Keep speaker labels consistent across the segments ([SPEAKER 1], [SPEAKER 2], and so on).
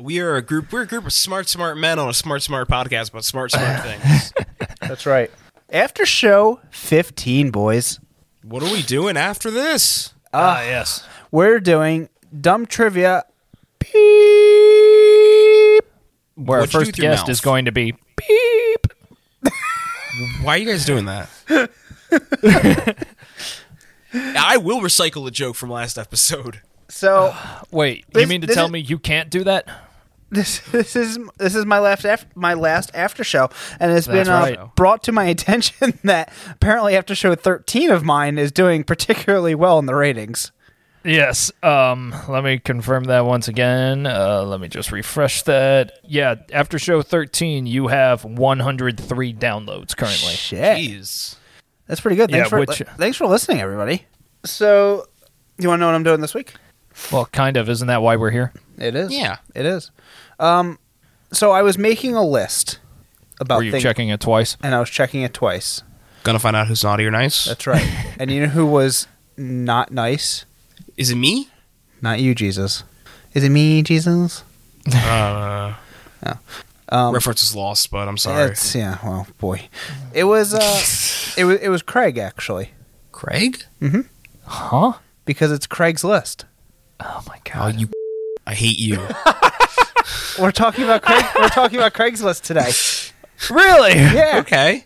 [SPEAKER 1] We are a group. We're a group of smart, smart men on a smart, smart podcast about smart, smart things.
[SPEAKER 2] That's right. After show 15, boys,
[SPEAKER 1] What are we doing after this?
[SPEAKER 3] Ah, yes.
[SPEAKER 2] we're doing dumb trivia. Beep.
[SPEAKER 3] Where
[SPEAKER 1] What'd you
[SPEAKER 3] our
[SPEAKER 1] do
[SPEAKER 3] first
[SPEAKER 1] with your
[SPEAKER 3] guest
[SPEAKER 1] mouth?
[SPEAKER 3] is going to be beep.
[SPEAKER 1] Why are you guys doing that? I will recycle a joke from last episode.
[SPEAKER 2] So
[SPEAKER 3] Wait, you
[SPEAKER 2] This-
[SPEAKER 3] mean to
[SPEAKER 2] this
[SPEAKER 3] tell
[SPEAKER 2] is-
[SPEAKER 3] me you can't do that?
[SPEAKER 2] this this is this is my last after, my last after show, and it's
[SPEAKER 3] That's
[SPEAKER 2] been uh,
[SPEAKER 3] right.
[SPEAKER 2] brought to my attention that apparently after show 13 of mine is doing particularly well in the ratings.
[SPEAKER 3] Yes. Um, let me confirm that once again. Uh, let me just refresh that. Yeah, after show 13, you have 103 downloads currently.
[SPEAKER 2] Shit.
[SPEAKER 1] Jeez.
[SPEAKER 2] That's pretty good. Thanks,
[SPEAKER 3] Yeah,
[SPEAKER 2] for,
[SPEAKER 3] which-
[SPEAKER 2] thanks for listening, everybody. So, you want to know what I'm doing this week?
[SPEAKER 3] Well, kind of. Isn't that why we're here?
[SPEAKER 2] It is.
[SPEAKER 1] Yeah.
[SPEAKER 2] It is. Um, so I was making a list about
[SPEAKER 3] Were you
[SPEAKER 2] things,
[SPEAKER 3] checking it twice?
[SPEAKER 2] and I was checking it twice.
[SPEAKER 1] Gonna find out who's naughty or nice.
[SPEAKER 2] That's right. and you know who was not nice?
[SPEAKER 1] Is it me?
[SPEAKER 2] Not you, Jesus. Is it me, Jesus?
[SPEAKER 1] Uh,
[SPEAKER 2] Oh. Um,
[SPEAKER 1] reference is lost, but I'm sorry.
[SPEAKER 2] It's, yeah. Well, boy, it was. Uh, it was. It was Craig actually,
[SPEAKER 1] Craig?
[SPEAKER 3] Huh?
[SPEAKER 2] because it's Craig's list.
[SPEAKER 3] Oh my
[SPEAKER 1] Oh,
[SPEAKER 3] god.
[SPEAKER 1] you. I hate you.
[SPEAKER 2] We're talking about Craig. we're talking about Craig's list today.
[SPEAKER 3] really?
[SPEAKER 2] Yeah.
[SPEAKER 1] okay.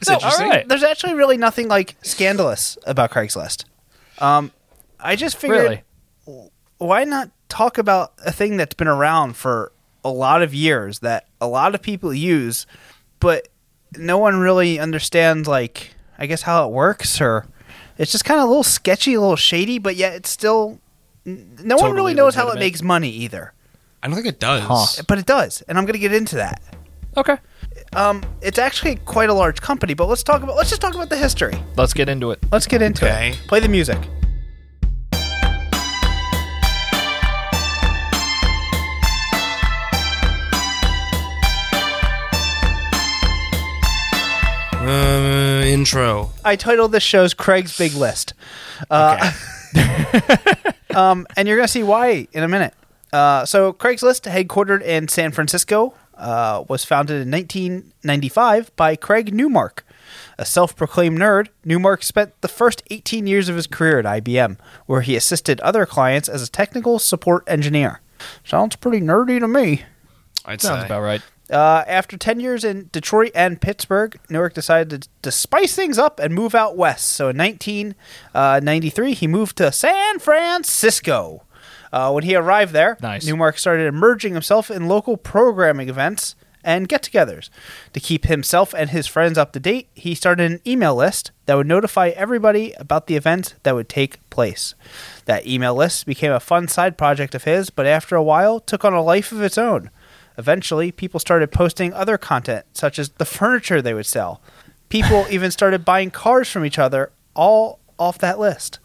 [SPEAKER 1] It's
[SPEAKER 3] Oh,
[SPEAKER 2] No,
[SPEAKER 1] interesting.
[SPEAKER 3] all right.
[SPEAKER 2] There's actually really nothing like scandalous about Craigslist. Um, I just figured
[SPEAKER 3] Really?
[SPEAKER 2] why not talk about a thing that's been around for a lot of years that a lot of people use, but no one really understands like I guess how it works or it's just kind of a little sketchy, a little shady, but yet it's still n- no one
[SPEAKER 3] Totally
[SPEAKER 2] really knows how
[SPEAKER 3] legitimate.
[SPEAKER 2] it makes money either.
[SPEAKER 1] I don't think it does.
[SPEAKER 3] Huh.
[SPEAKER 2] But it does, and I'm going to get into that.
[SPEAKER 3] Okay.
[SPEAKER 2] Um, it's actually quite a large company, but let's talk about let's just talk about the history.
[SPEAKER 3] Let's get into it.
[SPEAKER 2] Let's get into
[SPEAKER 1] Okay.
[SPEAKER 2] it. Play the music.
[SPEAKER 1] Uh, intro.
[SPEAKER 2] I titled this show's Craig's Big List. Uh,
[SPEAKER 1] okay.
[SPEAKER 2] Um, and you're going to see why in a minute. Uh, so, Craigslist, headquartered in San Francisco, uh, was founded in 1995 by Craig Newmark. A self proclaimed nerd, Newmark spent the first 18 years of his career at IBM, where he assisted other clients as a technical support engineer. Sounds pretty nerdy to me.
[SPEAKER 1] I'd
[SPEAKER 3] Sounds
[SPEAKER 1] say.
[SPEAKER 3] about right.
[SPEAKER 2] Uh, after 10 years in Detroit and Pittsburgh, Newark decided to, to spice things up and move out west. So in 1993, he moved to San Francisco. Uh, when he arrived there,
[SPEAKER 3] Nice.
[SPEAKER 2] Newmark started immersing himself in local programming events and get togethers. To keep himself and his friends up to date, he started an email list that would notify everybody about the events that would take place. That email list became a fun side project of his, but after a while took on a life of its own. Eventually, people started posting other content, such as the furniture they would sell. People even started buying cars from each other, all off that list.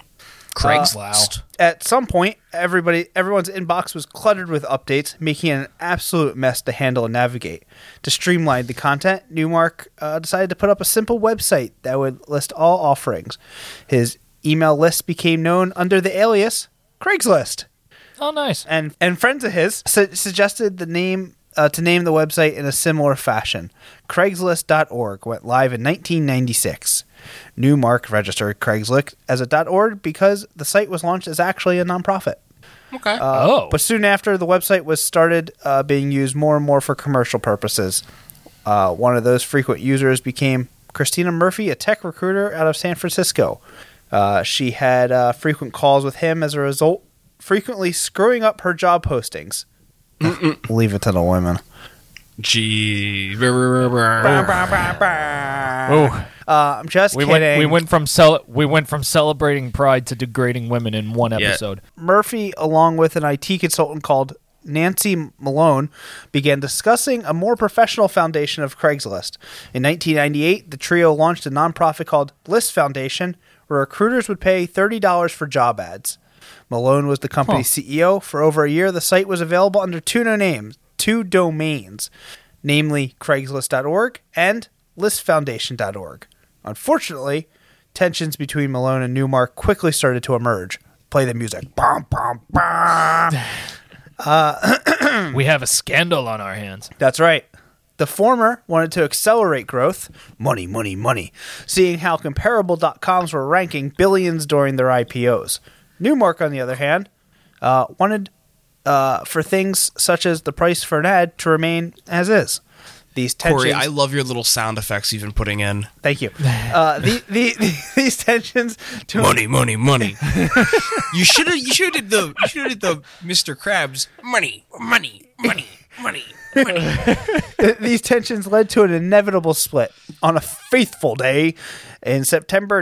[SPEAKER 1] Craigslist.
[SPEAKER 2] At some point, everybody everyone's inbox was cluttered with updates, making it an absolute mess to handle and navigate. To streamline the content, Newmark uh, decided to put up a simple website that would list all offerings. His email list became known under the alias Craigslist
[SPEAKER 3] Oh, nice.
[SPEAKER 2] and and friends of his su- suggested the name uh, to name the website in a similar fashion. Craigslist.org went live in 1996. Newmark registered Craigslist as a .org because the site was launched as actually a nonprofit.
[SPEAKER 1] Okay.
[SPEAKER 3] oh.
[SPEAKER 2] Uh, But soon after, the website was started uh, being used more and more for commercial purposes. Uh, one of those frequent users became Christina Murphy, a tech recruiter out of San Francisco. Uh, she had uh, frequent calls with him as a result, frequently screwing up her job postings. Leave it to the women.
[SPEAKER 1] Gee. Brr, brr, brr, brr.
[SPEAKER 3] Oh.
[SPEAKER 2] Uh, I'm just
[SPEAKER 3] We
[SPEAKER 2] kidding.
[SPEAKER 3] went, we went from cel- we went from celebrating pride to degrading women in one
[SPEAKER 1] Yeah.
[SPEAKER 3] episode.
[SPEAKER 2] Murphy, along with an IT consultant called Nancy Malone, began discussing a more professional foundation of Craigslist. In 1998, the trio launched a nonprofit called List Foundation, where recruiters would pay $30 for job ads. Malone was the company's CEO. For over a year, the site was available under two no names, two domains, namely Craigslist.org and ListFoundation.org. Unfortunately, tensions between Malone and Newmark quickly started to emerge. Play the music. Bom, bom, bom.
[SPEAKER 3] we have a scandal on our hands.
[SPEAKER 2] That's right. The former wanted to accelerate growth, money, money, money, seeing how comparable .coms were ranking billions during their IPOs. Newmark, on the other hand, uh, wanted uh, for things such as the price for an ad to remain as is. These tensions.
[SPEAKER 1] Corey, I love your little sound effects you've been putting in.
[SPEAKER 2] thank you. Uh, the, the, these tensions to
[SPEAKER 1] Money, money, money. you should have. You should have did the. You should have did the Mr. Krabs. Money, money, money, money, money.
[SPEAKER 2] Th- These tensions led to an inevitable split. On a faithful day in September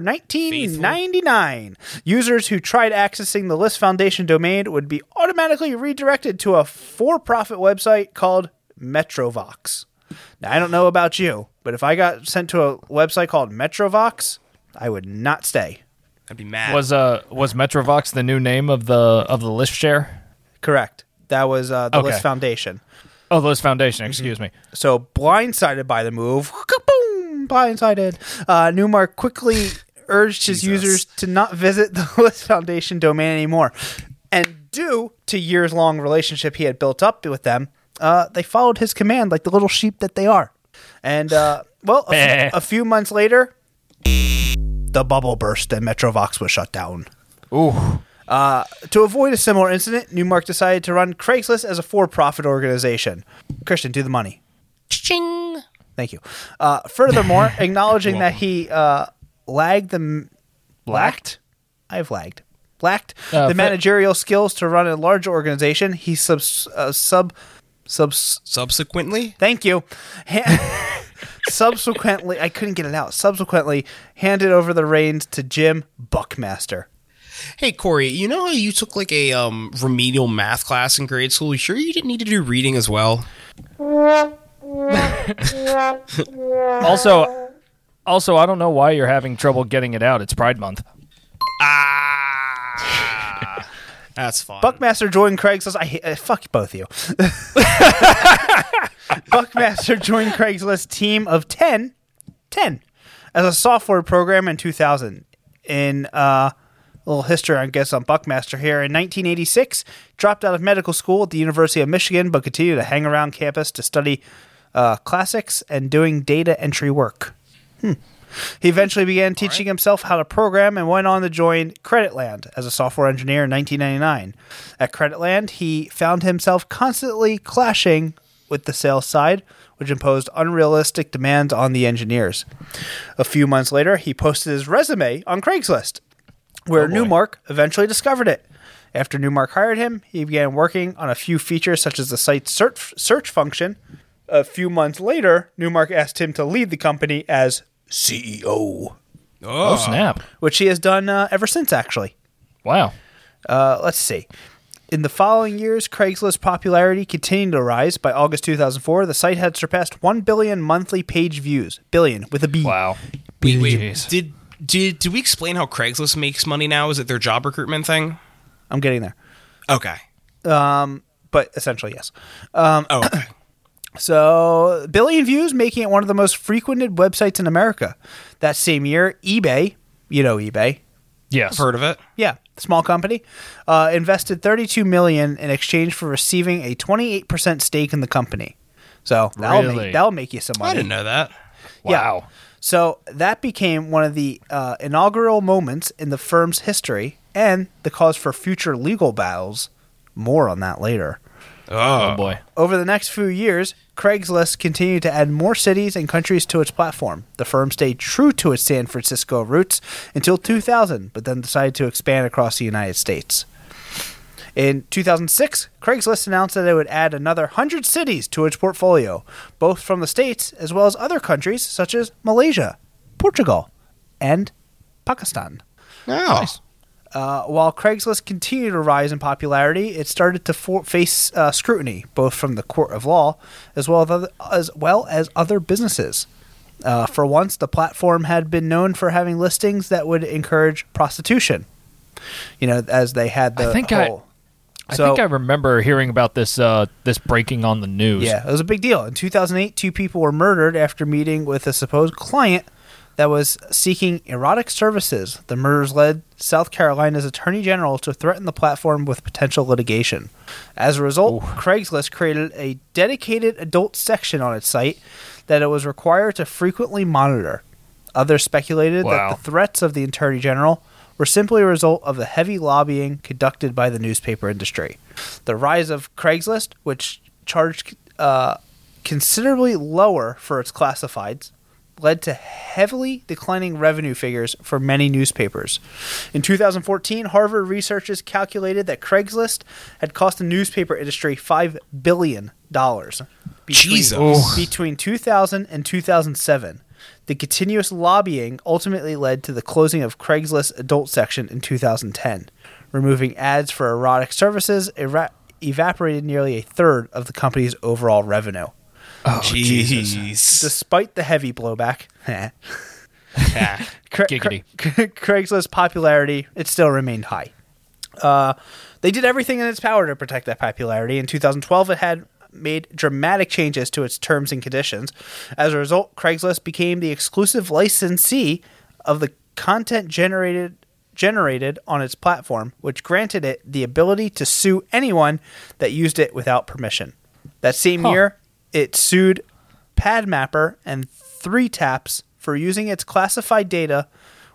[SPEAKER 2] 1999, users who tried accessing the List Foundation domain would be automatically redirected to a for profit website called Metrovox. Now, I don't know about you, but if I got sent to a website called Metrovox, I would not stay.
[SPEAKER 1] I'd be mad.
[SPEAKER 3] Was uh was Metrovox the new name of the of the list share?
[SPEAKER 2] Correct. That was uh, the
[SPEAKER 3] Okay.
[SPEAKER 2] List Foundation.
[SPEAKER 3] Oh, the list foundation. Excuse me.
[SPEAKER 2] So blindsided by the move, kaboom! Blindsided. Uh, Newmark quickly urged his
[SPEAKER 1] Jesus.
[SPEAKER 2] users to not visit the List Foundation domain anymore, and due to years-long relationship he had built up with them, uh, they followed his command like the little sheep that they are. And uh, well, a,
[SPEAKER 3] Bah.
[SPEAKER 2] few, a few months later, the bubble burst and Metrovox was shut down. Uh,
[SPEAKER 3] Ooh.
[SPEAKER 2] To avoid a similar incident, Newmark decided to run Craigslist as a for-profit organization. Christian, do the money.
[SPEAKER 1] Ching.
[SPEAKER 2] Thank you. Uh, furthermore, acknowledging that he uh, lagged the m- lacked, I've lagged, lacked
[SPEAKER 3] Uh,
[SPEAKER 2] the
[SPEAKER 3] fa-
[SPEAKER 2] managerial skills to run a large organization. He subs uh, sub subs.
[SPEAKER 1] Subsequently,
[SPEAKER 2] Thank you. Ha- subsequently, I couldn't get it out. Subsequently, handed over the reins to Jim Buckmaster.
[SPEAKER 1] hey Corey, you know how you took like a um, remedial math class in grade school? You sure you didn't need to do reading as well?
[SPEAKER 3] Also, also, I don't know why you're having trouble getting it out. It's Pride Month.
[SPEAKER 1] Ah, that's fun.
[SPEAKER 2] Buckmaster joined Craigslist. I hate, uh, fuck both of you. Buckmaster joined Craigslist team of 10, 10 as a software program in 2000. In uh, a little history, I guess, on Buckmaster here. In 1986, dropped out of medical school at the University of Michigan, but continued to hang around campus to study uh, classics and doing data entry work. He eventually began teaching himself how to program and went on to join Creditland as a software engineer in 1999. At Creditland, he found himself constantly clashing with the sales side, which imposed unrealistic demands on the engineers. A few months later, he posted his resume on Craigslist, where Newmark eventually discovered it. After Newmark hired him, he began working on a few features such as the site's search, search function. A few months later, Newmark asked him to lead the company as CEO,
[SPEAKER 1] Oh,
[SPEAKER 3] Snap.
[SPEAKER 2] which he has done uh, ever since, actually.
[SPEAKER 3] Wow.
[SPEAKER 2] Uh, let's see. In the following years, Craigslist's popularity continued to rise. By August 2004, the site had surpassed 1 billion monthly page views. Billion with a B.
[SPEAKER 3] Wow.
[SPEAKER 1] Wait, wait,
[SPEAKER 3] Jeez.
[SPEAKER 1] did did did we explain how Craigslist makes money now? Is it their job recruitment thing?
[SPEAKER 2] I'm getting there.
[SPEAKER 1] Okay.
[SPEAKER 2] But essentially, yes.
[SPEAKER 1] Oh, okay.
[SPEAKER 2] So, billion views, making it one of the most frequented websites in America. That same year, eBay, you know eBay,
[SPEAKER 3] Yes.
[SPEAKER 1] I've heard of it.
[SPEAKER 2] Yeah, small company uh, invested 32 million in exchange for receiving a 28% stake in the company. So that'll
[SPEAKER 3] Really?
[SPEAKER 2] make, that'll make you some money.
[SPEAKER 1] I didn't know that.
[SPEAKER 3] wow.
[SPEAKER 2] So that became one of the uh, inaugural moments in the firm's history and the cause for future legal battles. More on that later.
[SPEAKER 1] Oh,
[SPEAKER 3] Oh boy.
[SPEAKER 2] Over the next few years, Craigslist continued to add more cities and countries to its platform. The firm stayed true to its San Francisco roots until 2000, but then decided to expand across the United States. In 2006, Craigslist announced that it would add another 100 cities to its portfolio, both from the States as well as other countries such as Malaysia, Portugal, and Pakistan.
[SPEAKER 1] Oh, nice.
[SPEAKER 2] Uh, while Craigslist continued to rise in popularity, it started to for- face uh, scrutiny, both from the court of law as well as other, as, well as other businesses. Uh, for once, the platform had been known for having listings that would encourage prostitution. You know, as they had the
[SPEAKER 3] I think I-
[SPEAKER 2] whole.
[SPEAKER 3] I
[SPEAKER 2] So-
[SPEAKER 3] think I remember hearing about this uh, this breaking on the news.
[SPEAKER 2] yeah, it was a big deal. In 2008, two people were murdered after meeting with a supposed client that was seeking erotic services. The murders led South Carolina's attorney general to threaten the platform with potential litigation. As a result, Craigslist created a dedicated adult section on its site that it was required to frequently monitor. Others speculated
[SPEAKER 3] Wow.
[SPEAKER 2] that the threats of the attorney general were simply a result of the heavy lobbying conducted by the newspaper industry. The rise of Craigslist, which charged uh, considerably lower for its classifieds, led to heavily declining revenue figures for many newspapers. In 2014, Harvard researchers calculated that Craigslist had cost the newspaper industry $5 billion between-
[SPEAKER 1] Jesus.
[SPEAKER 2] between 2000 and 2007. The continuous lobbying ultimately led to the closing of Craigslist's adult section in 2010. Removing ads for erotic services era- evaporated nearly a third of the company's overall revenue.
[SPEAKER 1] Oh, Jesus.
[SPEAKER 2] Despite the heavy blowback, eh, Cra- Cra-
[SPEAKER 3] Giggity.
[SPEAKER 2] Craigslist's popularity, it still remained high. Uh, they did everything in its power to protect that popularity. In 2012, it had made dramatic changes to its terms and conditions. As a result, Craigslist became the exclusive licensee of the content generated generated on its platform, which granted it the ability to sue anyone that used it without permission. That same year, it sued PadMapper and Three Taps for using its classified data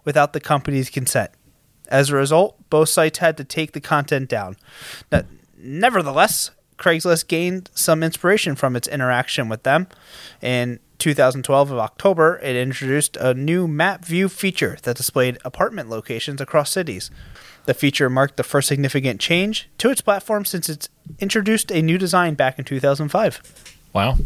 [SPEAKER 2] without the company's consent. As a result, both sites had to take the content down. Now, nevertheless, Craigslist gained some inspiration from its interaction with them. In 2012 of October, it introduced a new map view feature that displayed apartment locations across cities. The feature marked the first significant change to its platform since it's introduced a new design back in 2005
[SPEAKER 3] Wow.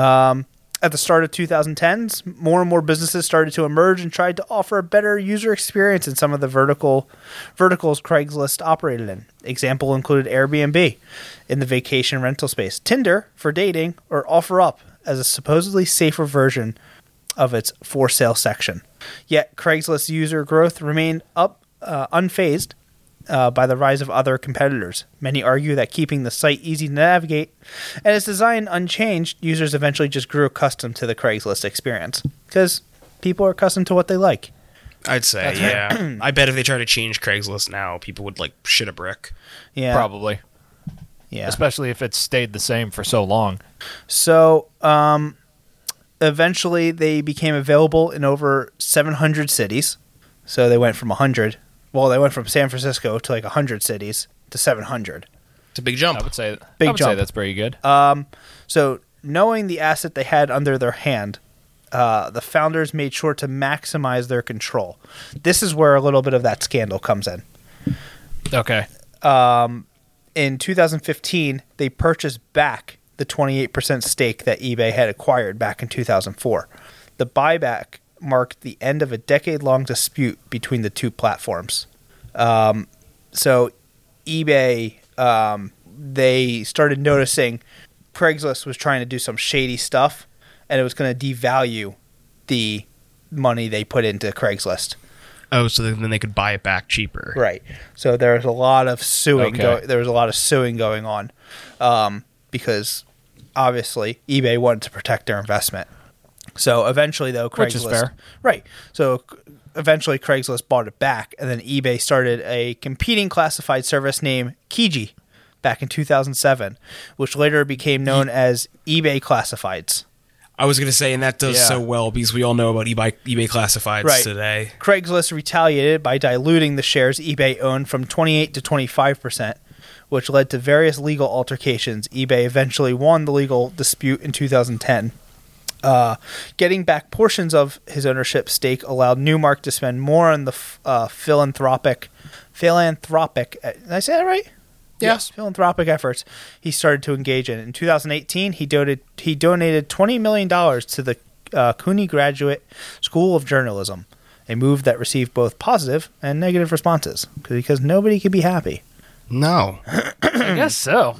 [SPEAKER 2] at the start of 2010s, more and more businesses started to emerge and tried to offer a better user experience in some of the vertical verticals Craigslist operated in. Example included Airbnb in the vacation rental space, Tinder for dating, or OfferUp as a supposedly safer version of its for sale section. Yet Craigslist user growth remained up uh, unfazed uh, by the rise of other competitors. Many argue that keeping the site easy to navigate and its design unchanged, users eventually just grew accustomed to the Craigslist experience because people are accustomed to what they like.
[SPEAKER 1] I'd say, yeah. I bet if they try to change Craigslist now, people would like shit a brick.
[SPEAKER 2] Yeah,
[SPEAKER 3] Probably.
[SPEAKER 2] Yeah.
[SPEAKER 3] Especially if it's stayed the same for so long.
[SPEAKER 2] So, um, eventually they became available in over 700 cities. So they went from 100. Well, they went from San Francisco to like 100 cities to 700.
[SPEAKER 1] It's a big
[SPEAKER 3] I
[SPEAKER 1] jump.
[SPEAKER 3] would say
[SPEAKER 2] Big
[SPEAKER 3] I would say
[SPEAKER 2] jump. Uh,
[SPEAKER 3] that's pretty good.
[SPEAKER 2] So, knowing the asset they had under their hand, uh, the founders made sure to maximize their control. This is where a little bit of that scandal comes in.
[SPEAKER 3] okay.
[SPEAKER 2] In 2015, they purchased back the 28% stake that eBay had acquired back in 2004. The buyback marked the end of a decade long dispute between the two platforms. Um, so, eBay, um, they started noticing Craigslist was trying to do some shady stuff and it was going to devalue the money they put into Craigslist.
[SPEAKER 1] Oh, so then they could buy it back cheaper.
[SPEAKER 2] Right. So there's a lot of suing.
[SPEAKER 3] Okay.
[SPEAKER 2] Go- there was a lot of suing going on, um, because obviously eBay wanted to protect their investment. So eventually, though, Craigslist.
[SPEAKER 3] Which is fair.
[SPEAKER 2] Right. So c- eventually, Craigslist bought it back, and then eBay started a competing classified service named Kiji back in 2007, which later became known as eBay Classifieds.
[SPEAKER 1] I was gonna say, and that does
[SPEAKER 3] Yeah.
[SPEAKER 1] so well because we all know about eBay eBay classifieds
[SPEAKER 2] Right.
[SPEAKER 1] today.
[SPEAKER 2] Craigslist retaliated by diluting the shares eBay owned from 28 to 25 percent, which led to various legal altercations. eBay eventually won the legal dispute in 2010. Uh, getting back portions of his ownership stake allowed Newmark to spend more on the f- uh, philanthropic, philanthropic. uh, Did I say that right?
[SPEAKER 3] Yes.
[SPEAKER 2] Philanthropic efforts he started to engage in. In 2018, he donated he donated 20 million dollars to the uh, CUNY Graduate School of Journalism, a move that received both positive and negative responses 'cause- because nobody can be happy.
[SPEAKER 1] No,
[SPEAKER 3] I guess so.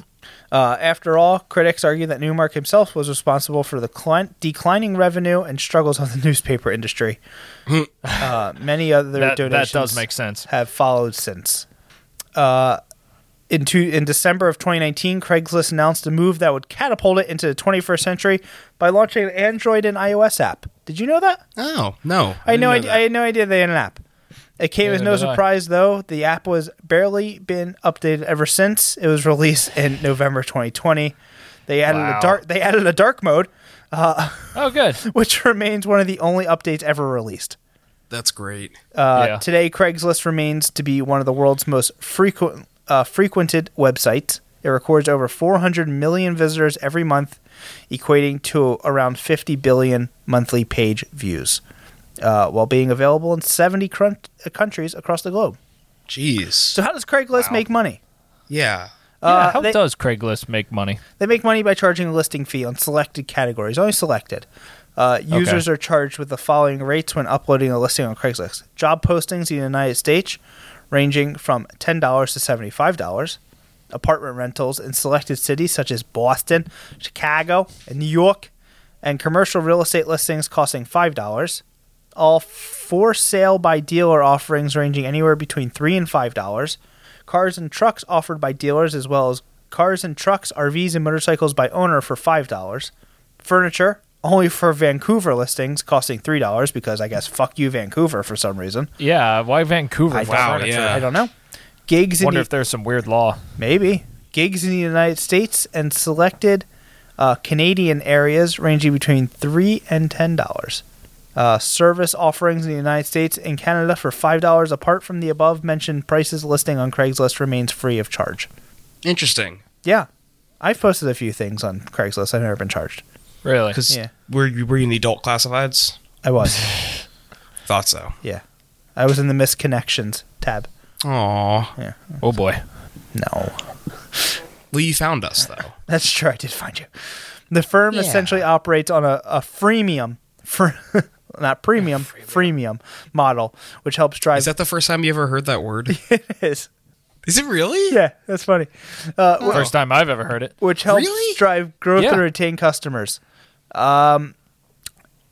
[SPEAKER 2] Uh, after all, critics argue that Newmark himself was responsible for the clin- declining revenue and struggles of the newspaper industry. uh, many other
[SPEAKER 3] That, that
[SPEAKER 2] donations
[SPEAKER 3] does make sense.
[SPEAKER 2] have followed since. Uh, In, two, in December of 2019, Craigslist announced a move that would catapult it into the 21st century by launching an Android and iOS app. Did you know that?
[SPEAKER 1] Oh no,
[SPEAKER 2] I had
[SPEAKER 1] didn't
[SPEAKER 2] no
[SPEAKER 1] know
[SPEAKER 2] idea.
[SPEAKER 1] that.
[SPEAKER 2] I had no idea they had an app. It came as
[SPEAKER 3] Neither
[SPEAKER 2] no
[SPEAKER 3] did I.
[SPEAKER 2] surprise, though. The app was barely been updated ever since it was released in November 2020. They added
[SPEAKER 3] Wow.
[SPEAKER 2] a dark. They added a dark mode,
[SPEAKER 3] Oh, good.
[SPEAKER 2] which remains one of the only updates ever released.
[SPEAKER 1] That's great.
[SPEAKER 2] Uh,
[SPEAKER 3] Yeah.
[SPEAKER 2] Today, Craigslist remains to be one of the world's most frequent uh, frequented websites. It records over 400 million visitors every month, equating to around 50 billion monthly page views, uh, while being available in 70 crun- uh, countries across the globe.
[SPEAKER 1] Jeez.
[SPEAKER 2] So, how does Craigslist make money?
[SPEAKER 1] yeah.
[SPEAKER 3] yeah,
[SPEAKER 2] Uh,
[SPEAKER 3] how
[SPEAKER 2] they-
[SPEAKER 3] does Craigslist make money?
[SPEAKER 2] They make money by charging a listing fee on selected categories, only selected. Uh, users are charged with the following rates when uploading a listing on Craigslist. Job postings in the United States ranging from $10 to $75. Apartment rentals in selected cities such as Boston, Chicago, and New York. And commercial real estate listings costing $5. All for sale by dealer offerings ranging anywhere between $3 and $5. Cars and trucks offered by dealers, as well as cars and trucks, RVs, and motorcycles by owner for $5. Furniture, only for Vancouver listings, costing $3 because I guess fuck you, Vancouver, for some reason.
[SPEAKER 3] Yeah, why Vancouver?
[SPEAKER 2] I
[SPEAKER 3] for
[SPEAKER 1] Wow,
[SPEAKER 3] furniture?
[SPEAKER 1] yeah.
[SPEAKER 2] I don't know. Gigs in
[SPEAKER 3] Wonder
[SPEAKER 2] the,
[SPEAKER 3] if there's some weird law.
[SPEAKER 2] maybe gigs in the United States and selected uh, Canadian areas ranging between three and ten dollars. Uh, service offerings in the United States and Canada for five dollars. Apart from the above mentioned prices, listing on Craigslist remains free of charge.
[SPEAKER 1] Interesting.
[SPEAKER 2] Yeah, I've posted a few things on Craigslist. I've never been charged.
[SPEAKER 3] Really?
[SPEAKER 1] Because
[SPEAKER 2] Yeah.
[SPEAKER 1] were you were you in the adult classifieds?
[SPEAKER 2] I was.
[SPEAKER 1] Thought so.
[SPEAKER 2] I was in the misconnections tab.
[SPEAKER 1] Aw.
[SPEAKER 3] Oh boy.
[SPEAKER 2] No.
[SPEAKER 1] Well, you found us though.
[SPEAKER 2] That's true. I did find you. The firm
[SPEAKER 1] Yeah.
[SPEAKER 2] essentially operates on a, a freemium, fr- not premium, freemium model, which helps drive.
[SPEAKER 1] Is that the first time you ever heard that word?
[SPEAKER 2] Is-
[SPEAKER 1] Is it really?
[SPEAKER 2] yeah, that's funny. Uh, wh-
[SPEAKER 3] First time I've ever heard it.
[SPEAKER 2] Which helps
[SPEAKER 1] Really?
[SPEAKER 2] drive growth
[SPEAKER 3] Yeah.
[SPEAKER 2] and retain customers. Um,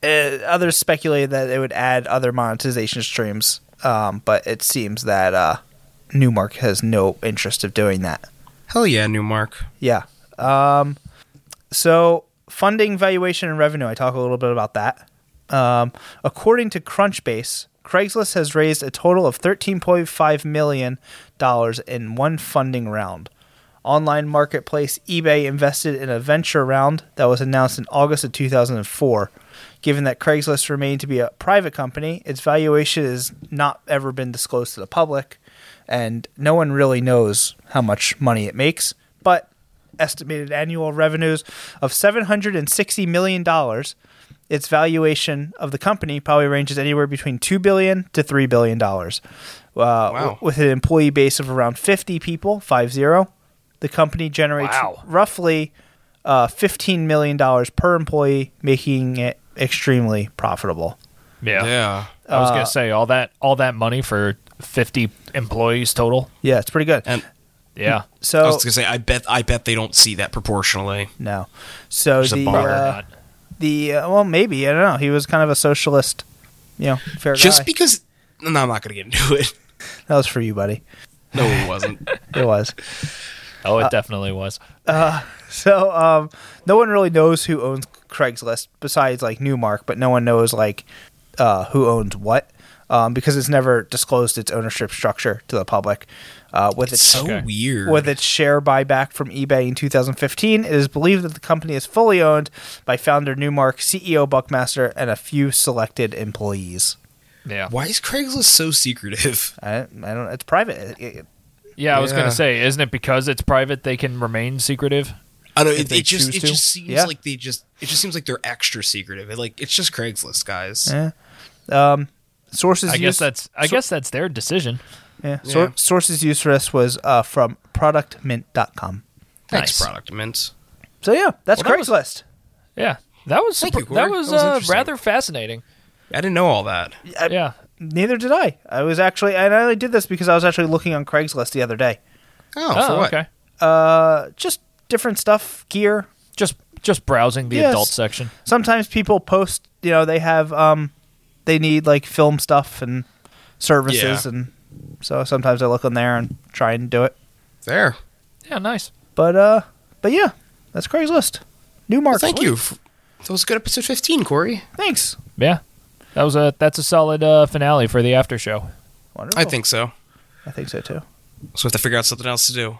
[SPEAKER 2] uh, others speculated that it would add other monetization streams, um, but it seems that uh, Newmark has no interest of doing that.
[SPEAKER 1] Hell yeah, Newmark.
[SPEAKER 2] Yeah. Um, so funding, valuation, and revenue. I talk a little bit about that. Um, according to Crunchbase, Craigslist has raised a total of thirteen point five million dollars in one funding round. Online marketplace eBay invested in a venture round that was announced in August of 2004. Given that Craigslist remained to be a private company, its valuation has not ever been disclosed to the public, and no one really knows how much money it makes. But estimated annual revenues of $760 million. Its valuation of the company probably ranges anywhere between $2 billion to $3 billion. Uh, w- With an employee base of around 50 people, 5 0. The company generates
[SPEAKER 3] Wow.
[SPEAKER 2] roughly uh, $15 million per employee, making it extremely profitable.
[SPEAKER 3] Yeah.
[SPEAKER 1] Yeah.
[SPEAKER 3] I was gonna say all that all that money for fifty employees total.
[SPEAKER 2] Yeah, it's pretty good.
[SPEAKER 1] And
[SPEAKER 3] Yeah.
[SPEAKER 2] so,
[SPEAKER 1] I was gonna say, I bet, I bet they don't see that proportionally.
[SPEAKER 2] no. So
[SPEAKER 1] There's a
[SPEAKER 2] the,
[SPEAKER 1] bar.
[SPEAKER 2] uh, the uh, well, maybe. I don't know. He was kind of a socialist, you know, fair
[SPEAKER 1] Just
[SPEAKER 2] guy.
[SPEAKER 1] because? No, I'm not gonna get into it.
[SPEAKER 2] that was for you, buddy.
[SPEAKER 1] No, it wasn't.
[SPEAKER 2] It was.
[SPEAKER 3] oh, it definitely was.
[SPEAKER 2] So um, no one really knows who owns Craigslist besides like Newmark, but no one knows like uh, who owns what um, because it's never disclosed its ownership structure to the public. Uh, with its,
[SPEAKER 1] so
[SPEAKER 3] Okay.
[SPEAKER 1] weird.
[SPEAKER 2] with its share buyback from eBay in 2015, it is believed that the company is fully owned by founder Newmark, CEO Buckmaster, and a few selected employees.
[SPEAKER 3] Yeah.
[SPEAKER 1] Why is Craigslist so secretive?
[SPEAKER 2] I, I don't. It's private. It- it-
[SPEAKER 3] Yeah, I was
[SPEAKER 1] Yeah.
[SPEAKER 3] gonna say, isn't it because it's private they can remain secretive?
[SPEAKER 1] I don't.
[SPEAKER 3] If
[SPEAKER 1] It,
[SPEAKER 3] they
[SPEAKER 1] it just,
[SPEAKER 3] choose
[SPEAKER 1] it
[SPEAKER 3] to?
[SPEAKER 1] just seems
[SPEAKER 2] Yeah.
[SPEAKER 1] like they just, it just seems like they're extra secretive. It, like it's just Craigslist, guys.
[SPEAKER 2] Yeah. um, sources.
[SPEAKER 3] I guess
[SPEAKER 2] used-
[SPEAKER 3] that's I guess that's their decision.
[SPEAKER 2] Yeah. Sor-
[SPEAKER 1] Yeah.
[SPEAKER 2] sources used for this was uh, from productmint.com.
[SPEAKER 1] Thanks,
[SPEAKER 3] Nice.
[SPEAKER 1] product mint.
[SPEAKER 2] So yeah, that's
[SPEAKER 3] Well, that was-
[SPEAKER 2] Craigslist.
[SPEAKER 3] Yeah. That was
[SPEAKER 1] Thank you,
[SPEAKER 3] surpri- that
[SPEAKER 1] Corey.
[SPEAKER 3] was,
[SPEAKER 1] That was
[SPEAKER 3] uh,
[SPEAKER 1] interesting.
[SPEAKER 3] rather fascinating.
[SPEAKER 1] I didn't know all that.
[SPEAKER 3] yeah.
[SPEAKER 2] Neither did I. I was actually, and I only did this because I was actually looking on Craigslist the other day.
[SPEAKER 1] Oh,
[SPEAKER 3] Oh,
[SPEAKER 1] for what?
[SPEAKER 3] okay.
[SPEAKER 2] Uh, just different stuff, gear.
[SPEAKER 3] Just just browsing the
[SPEAKER 2] Yes.
[SPEAKER 3] adult section.
[SPEAKER 2] Sometimes people post, you know, they have, um, they need like film stuff and services,
[SPEAKER 1] Yeah.
[SPEAKER 2] and so sometimes I look on there and try and do it.
[SPEAKER 1] There.
[SPEAKER 3] Yeah, nice.
[SPEAKER 2] But uh, but yeah, that's Craigslist. New mark.
[SPEAKER 1] Thank you. f- That was a good episode 15, Corey.
[SPEAKER 2] Thanks.
[SPEAKER 3] Yeah, that was a that's a solid uh, finale for the after show.
[SPEAKER 2] Wonderful.
[SPEAKER 1] I think so.
[SPEAKER 2] I think so too.
[SPEAKER 1] So we have to figure out something else to do.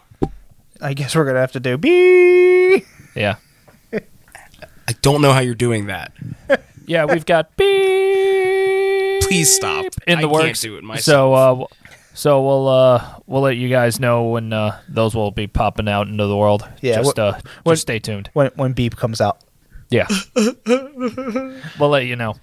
[SPEAKER 2] I guess we're gonna have to do bee.
[SPEAKER 3] Yeah,
[SPEAKER 1] I don't know how you're doing that.
[SPEAKER 3] yeah, we've got beep.
[SPEAKER 1] Please stop.
[SPEAKER 3] in
[SPEAKER 1] I
[SPEAKER 3] the
[SPEAKER 1] can't
[SPEAKER 3] works.
[SPEAKER 1] do it myself.
[SPEAKER 3] So, uh, w- so we'll uh, we'll let you guys know when uh, those will be popping out into the world.
[SPEAKER 2] Yeah,
[SPEAKER 3] just
[SPEAKER 2] what-
[SPEAKER 3] uh,
[SPEAKER 2] what-
[SPEAKER 3] just stay tuned.
[SPEAKER 2] When when beep comes out.
[SPEAKER 3] Yeah, we'll let you know.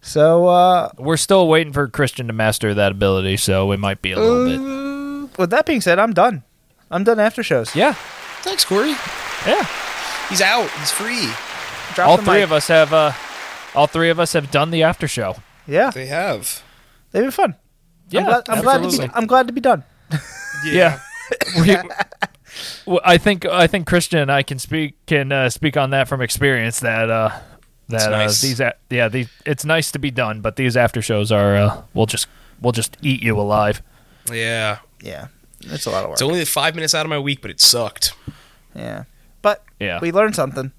[SPEAKER 2] So uh,
[SPEAKER 3] We're still waiting for Christian to master that ability, so it might be a little
[SPEAKER 2] Uh,
[SPEAKER 3] bit.
[SPEAKER 2] with that being said, I'm done. I'm done after shows.
[SPEAKER 3] Yeah,
[SPEAKER 1] Thanks, Corey.
[SPEAKER 3] yeah.
[SPEAKER 1] He's out. He's free.
[SPEAKER 2] Drop
[SPEAKER 3] all
[SPEAKER 2] the
[SPEAKER 3] three
[SPEAKER 2] mic.
[SPEAKER 3] of us have uh, all three of us have done the after show.
[SPEAKER 2] Yeah,
[SPEAKER 1] They have.
[SPEAKER 2] they've been fun.
[SPEAKER 3] Yeah,
[SPEAKER 2] I'm glad, I'm glad to be.
[SPEAKER 3] absolutely.
[SPEAKER 2] I'm glad to be done.
[SPEAKER 3] Yeah. We- well, I think I think Christian and I can speak can uh, speak on that from experience that uh, that
[SPEAKER 1] nice.
[SPEAKER 3] uh, these a- yeah these it's nice to be done, but these after shows are uh, we'll just we'll just eat you alive.
[SPEAKER 1] Yeah.
[SPEAKER 2] Yeah, it's a lot of work.
[SPEAKER 1] It's only five minutes out of my week, but it sucked.
[SPEAKER 2] yeah, but
[SPEAKER 3] Yeah.
[SPEAKER 2] we learned something.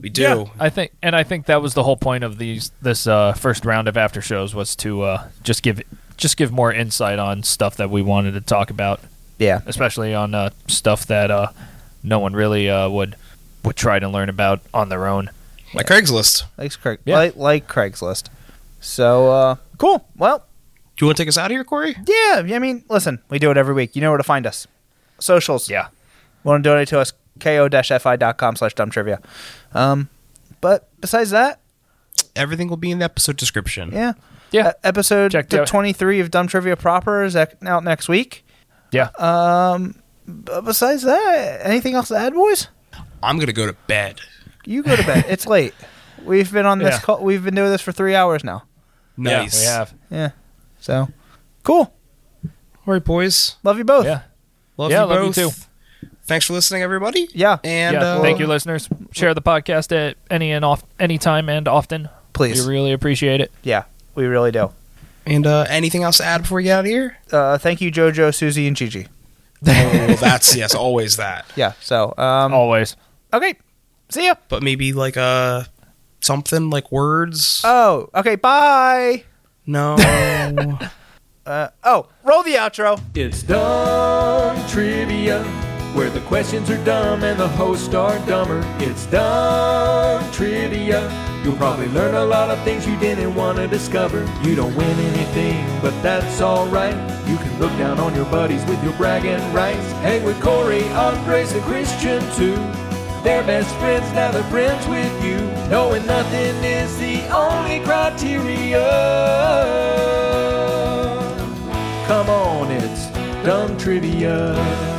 [SPEAKER 1] We do.
[SPEAKER 3] I think and I think that was the whole point of these this uh, first round of after shows was to uh, just give just give more insight on stuff that we wanted to talk about.
[SPEAKER 2] Yeah,
[SPEAKER 3] especially on uh, stuff that uh, no one really uh, would would try to learn about on their own.
[SPEAKER 1] Like Craigslist.
[SPEAKER 2] Thanks, Craig.
[SPEAKER 3] Yeah.
[SPEAKER 2] Like, like Craigslist. So uh, cool. Well,
[SPEAKER 1] Do you want to take us out of here, Corey?
[SPEAKER 2] yeah. I mean, listen, we do it every week. You know where to find us. Socials.
[SPEAKER 3] Yeah,
[SPEAKER 2] Want to donate to us? ko-fi.com slash dumb trivia. Um, but besides that,
[SPEAKER 1] Everything will be in the episode description.
[SPEAKER 2] yeah,
[SPEAKER 3] yeah,
[SPEAKER 2] E- episode
[SPEAKER 3] Check
[SPEAKER 2] the
[SPEAKER 3] it out.
[SPEAKER 2] 23 of dumb trivia proper is ac- out next week.
[SPEAKER 3] yeah.
[SPEAKER 2] But besides that, anything else to add, boys?
[SPEAKER 1] I'm gonna go to bed.
[SPEAKER 2] You go to bed. it's late. We've been on this.
[SPEAKER 3] Yeah.
[SPEAKER 2] Call- we've been doing this for three hours now.
[SPEAKER 1] Nice.
[SPEAKER 3] Yeah, we have.
[SPEAKER 2] Yeah. So, cool.
[SPEAKER 1] All right, boys.
[SPEAKER 2] Love you both.
[SPEAKER 3] Yeah,
[SPEAKER 1] Love
[SPEAKER 3] Yeah,
[SPEAKER 1] you
[SPEAKER 3] love you
[SPEAKER 1] both. Thanks for listening, everybody.
[SPEAKER 2] Yeah.
[SPEAKER 1] And
[SPEAKER 3] yeah.
[SPEAKER 1] uh,
[SPEAKER 3] Thank you, listeners. Share the podcast at any and off any time and often.
[SPEAKER 2] Please.
[SPEAKER 3] we really appreciate it.
[SPEAKER 2] Yeah. We really do.
[SPEAKER 1] And uh, anything else to add before we get out of here?
[SPEAKER 2] Uh, thank you, JoJo, Susie, and Gigi.
[SPEAKER 1] oh, well, that's yes, always that.
[SPEAKER 2] Yeah. So, um,
[SPEAKER 3] Always.
[SPEAKER 2] okay. See ya.
[SPEAKER 1] But maybe like uh something like words.
[SPEAKER 2] Oh, okay. Bye.
[SPEAKER 1] no.
[SPEAKER 2] Uh, oh, roll the outro.
[SPEAKER 4] It's dumb trivia, where the questions are dumb and the hosts are dumber. It's dumb trivia. You'll probably learn a lot of things you didn't want to discover. You don't win anything, but that's alright. You can look down on your buddies with your bragging rights. Hang with Corey, Andres, and Christian too. They're best friends, now they're friends with you. Knowing nothing is the only criteria. Come on, it's dumb trivia.